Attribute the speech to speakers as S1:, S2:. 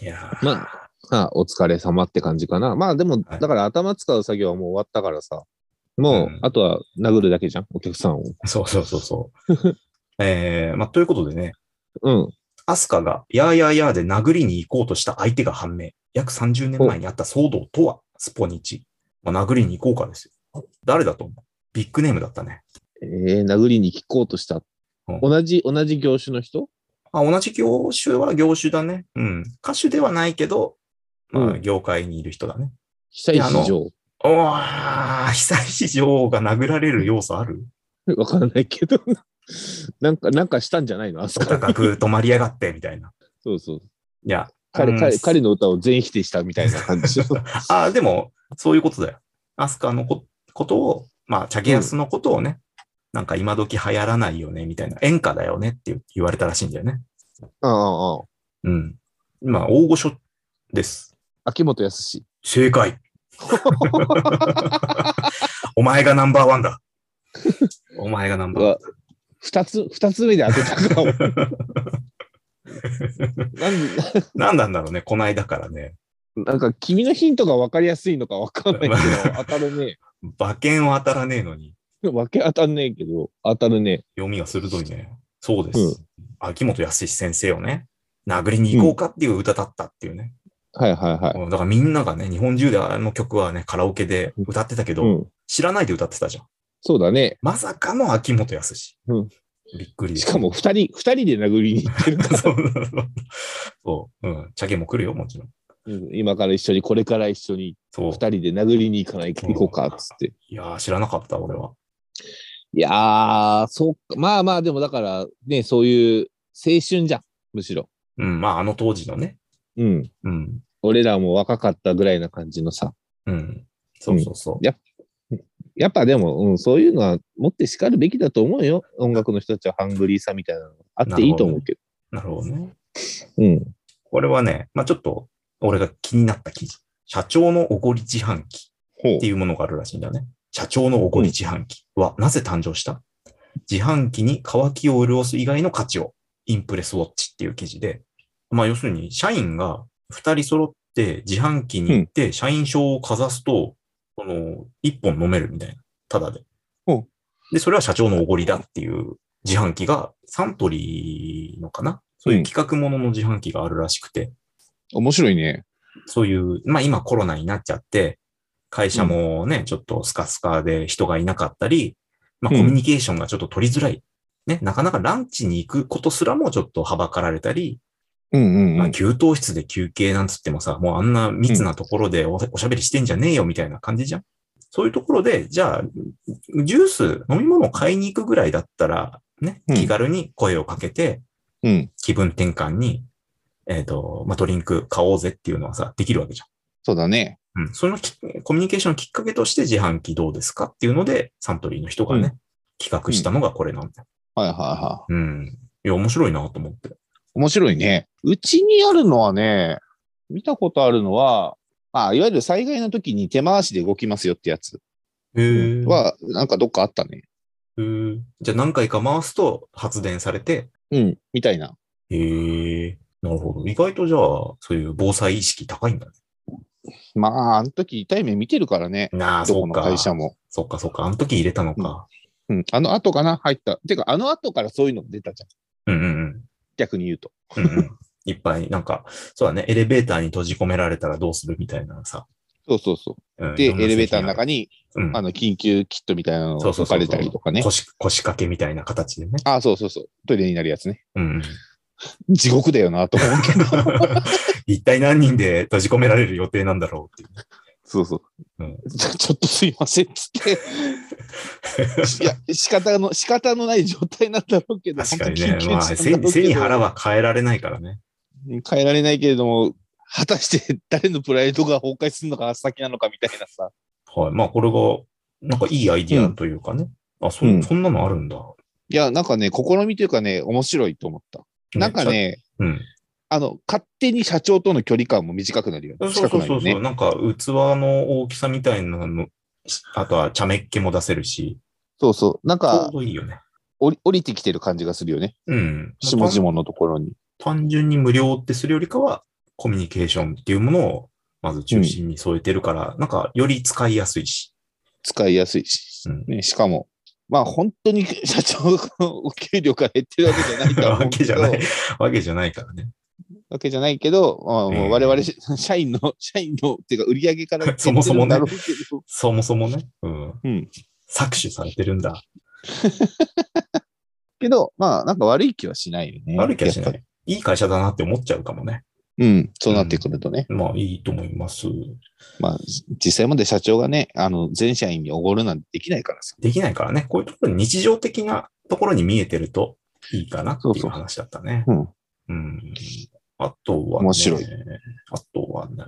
S1: いやー
S2: まあ、まあお疲れ様って感じかな。まあでも、
S1: はい
S2: だから頭使う作業はもう終わったからさ、もう、
S1: うん
S2: あとは殴るだけじゃん、お客さんを。
S1: そうそうそうそう。 えー、まあ、ということでね、
S2: うん。
S1: アスカが、やーやーやーで殴りに行こうとした相手が判明。約30年前にあった騒動とは、スポニチ。まあ、殴りに行こうかですよ。誰だと思うビッグネームだったね。
S2: えー、殴りに聞こうとした。
S1: うん
S2: 同じ、同じ業種の人
S1: まあ、同じ業種は業種だね。うん。歌手ではないけど、ま
S2: う
S1: あ、
S2: ん
S1: 業界にいる人だね。
S2: 久
S1: いやあの
S2: 石城。
S1: おー、久石城が殴られる要素あ る
S2: わからないけど、 なんか、なんかしたんじゃないのあそこ。
S1: 高く止まりやがって、みたいな。
S2: そうそう。
S1: いや、
S2: 彼、
S1: うん
S2: 彼、彼の歌を全否定したみたいな 感じ。
S1: ああ、でも、そういうことだよ。アスカのこことを、まあ、チャゲアスのことをね、なんか今時流行らないよね、みたいな、演歌だよねって言われたらしいんだよね。
S2: ああ、ああ。
S1: うん。まあ、大御所です。
S2: 秋元康。
S1: 正解。お前がナンバーワンだ。お前がナンバーワン。
S2: は、二つ、二つ目で当てた かも。なんで
S1: 何なんだろうね、こないだからね。
S2: なんか、君のヒントが分かりやすいのか分かんないけど、 当たるね。
S1: 馬券は当たらねえのに、
S2: 分け当たんねえけど、当たるね。
S1: 読みが鋭いね。そうです。
S2: う
S1: 秋元康先生をね、殴りに行こうかっていう歌だったっていうね。
S2: はいはいはい。
S1: うんだからみんながね、日本中であの曲はね、カラオケで歌ってたけど、
S2: うん。
S1: 知らないで歌ってたじゃん。
S2: そうだね。
S1: まさかの秋元康。
S2: うん
S1: びっくり。
S2: しかも、二人、二人で殴りに行ってるか ら、
S1: そうそうそう。そう。うん。チャゲも来るよ、もちろん。
S2: うん今から一緒に、これから一緒に、
S1: そう
S2: 二。人で殴りに行かない、行こうか、つって。
S1: いやー、知らなかった、俺は。
S2: いやー、そうか。まあまあ、でもだから、ね、そういう青春じゃん、むしろ。
S1: うん。まあ、あの当時のね。
S2: うん。
S1: うん。
S2: 俺らも若かったぐらいな感じのさ。
S1: うん。そうそうそう。
S2: やっぱでも、うん、そういうのは持って叱るべきだと思うよ。音楽の人たちはハングリーさみたいなのあっていいと思うけど。
S1: なるほどね。
S2: うん。
S1: これはね、まあちょっと、俺が気になった記事。社長のおごり自販機。
S2: ほう
S1: って。いうものがあるらしいんだね。社長のおごり自販機はなぜ誕生した自販機に乾きを潤す以外の価値を、インプレスウォッチっていう記事で、まあ要するに社員が2人揃って自販機に行って社員証をかざすと、この1本飲めるみたいな、ただで
S2: ほう。
S1: で、それは社長のおごりだっていう自販機がサントリーのかなそういう企画ものの自販機があるらしくて、
S2: 面白いね。
S1: そういう、まあ今コロナになっちゃって、会社もね、ちょっとスカスカで人がいなかったり、まあ
S2: うん
S1: コミュニケーションがちょっと取りづらい。ね、なかなかランチに行くことすらもちょっとはばかられたり、
S2: うんうん
S1: ま
S2: う
S1: あ
S2: ん。
S1: 給湯室で休憩なんつってもさ、もうあんな密なところでおおしゃべりしてんじゃねえよみたいな感じじゃん。そういうところで、じゃあ、ジュース、飲み物を買いに行くぐらいだったら、ね、
S2: うん
S1: 気軽に声をかけて、
S2: うん。
S1: 気分転換に、えっ、と、まあ、ドリンク買おうぜっていうのはさ、できるわけじゃん。
S2: そうだね。
S1: うん、そのきコミュニケーションのきっかけとして自販機どうですかっていうので、サントリーの人がね、
S2: う
S1: 企画したのがこれなんだよ。
S2: はいはいは
S1: うん。いや、面白いなと思って。
S2: い。面白いね。うちにあるのはね、見たことあるのは、まあ、いわゆる災害の時に手回しで動きますよってやつ
S1: へは、
S2: は、なんかどっかあったね。
S1: へーじゃあ何回か回すと発電されて、
S2: うん。みたいな。
S1: へえ、なるほど。意外とじゃあ、そういう防災意識高いんだね。
S2: まあ、あの時痛い目見てるからね。
S1: なあ、
S2: ど
S1: そ
S2: こ
S1: う
S2: の
S1: か。
S2: 会社も。
S1: そっか、そっか。あの時入れたのか。
S2: うん。あの後かな入った。てか、あの後からそういうの出たじゃ
S1: う
S2: ん。
S1: んうんうん。
S2: 逆に言うと。
S1: うんうん、 いっぱい、なんか、そうだね。エレベーターに閉じ込められたらどうするみたいなさ。
S2: そうそうそう。
S1: うん、
S2: で、
S1: い
S2: エ
S1: ろんな
S2: レベーターの
S1: 製
S2: 中に、
S1: 品がある、
S2: あの、緊急キットみたいなの
S1: そ
S2: が
S1: うそうそう
S2: 置
S1: そ
S2: か
S1: う
S2: れたりとか
S1: うん
S2: ね。
S1: 腰。腰掛けみたいな形でね。
S2: ああ、そうそうそう。トイレになるやつね。
S1: うん うん。
S2: 地獄だよな、と思う けど。
S1: 一体何人で閉じ込められる予定なんだろうっていう。
S2: そうそう。
S1: うん
S2: ちょっとすいません、つって。いや、仕方の、仕方のない状態なんだろうけど。
S1: 確かに
S2: 本
S1: ね
S2: 当。緊急
S1: まあ、
S2: 事
S1: 背
S2: 態なんだろうけど
S1: 背に腹は変えられないからね。
S2: 変えられないけれども、果たして誰のプライドが崩壊するのか先なのかみたいなさ。
S1: はい。まあ、これが、なんかいいアイディアというかね。あ、そ、
S2: うん
S1: そんなのあるんだ。
S2: いや、なんかね、試みというかね、面白いと思った。なんか。ね、
S1: うん。
S2: あの、勝手に社長との距離感も短くなるよ
S1: そ
S2: ね。
S1: う
S2: 近
S1: そ
S2: く
S1: う
S2: なる
S1: そ
S2: よ
S1: う。
S2: ね
S1: そう。なんか、器の大きさみたいなの、あとは、茶目っ気も出せるし、
S2: そうそう。なん
S1: ちょ
S2: か
S1: う、どいいよね。
S2: 降り降りてきてる感じがするよね。
S1: うん。
S2: 下々のところに。
S1: 単純に無料ってするよりかは、コミュニケーションっていうものを、まず中心に添えてるから、なんか、より使いやすいし。
S2: 使いやすいし、
S1: うん
S2: ね、しかも、まあ本当に 社長のお給料が減ってるわけじゃないとは思う
S1: わ
S2: け
S1: けじ
S2: ど
S1: ゃない、わけじゃないからね。
S2: わけじゃないけど、まあ、もう我々、
S1: うん
S2: し社員の、社員の、っていうか売り上げから減っ て
S1: そもそもね
S2: るんだろうけど
S1: そもそもね、うん。
S2: うん
S1: 搾取されてるんだ。
S2: けど、まあなんか悪い気はしないよね。
S1: 悪い気はしな
S2: やっぱ
S1: い。いい会社だなって思っちゃうかもね。
S2: り。うん、そうなってくるとね。
S1: まあ、いいと思います。
S2: まあ実際まで社長がね、あの、全社員におごるなんてできないからさ。
S1: できないからね、こういうところに日常的なところに見えてるといいかなって
S2: そう
S1: い
S2: そう
S1: う話だったね。
S2: うん。
S1: うん。あとは、ね、
S2: 面白い。
S1: あとはね、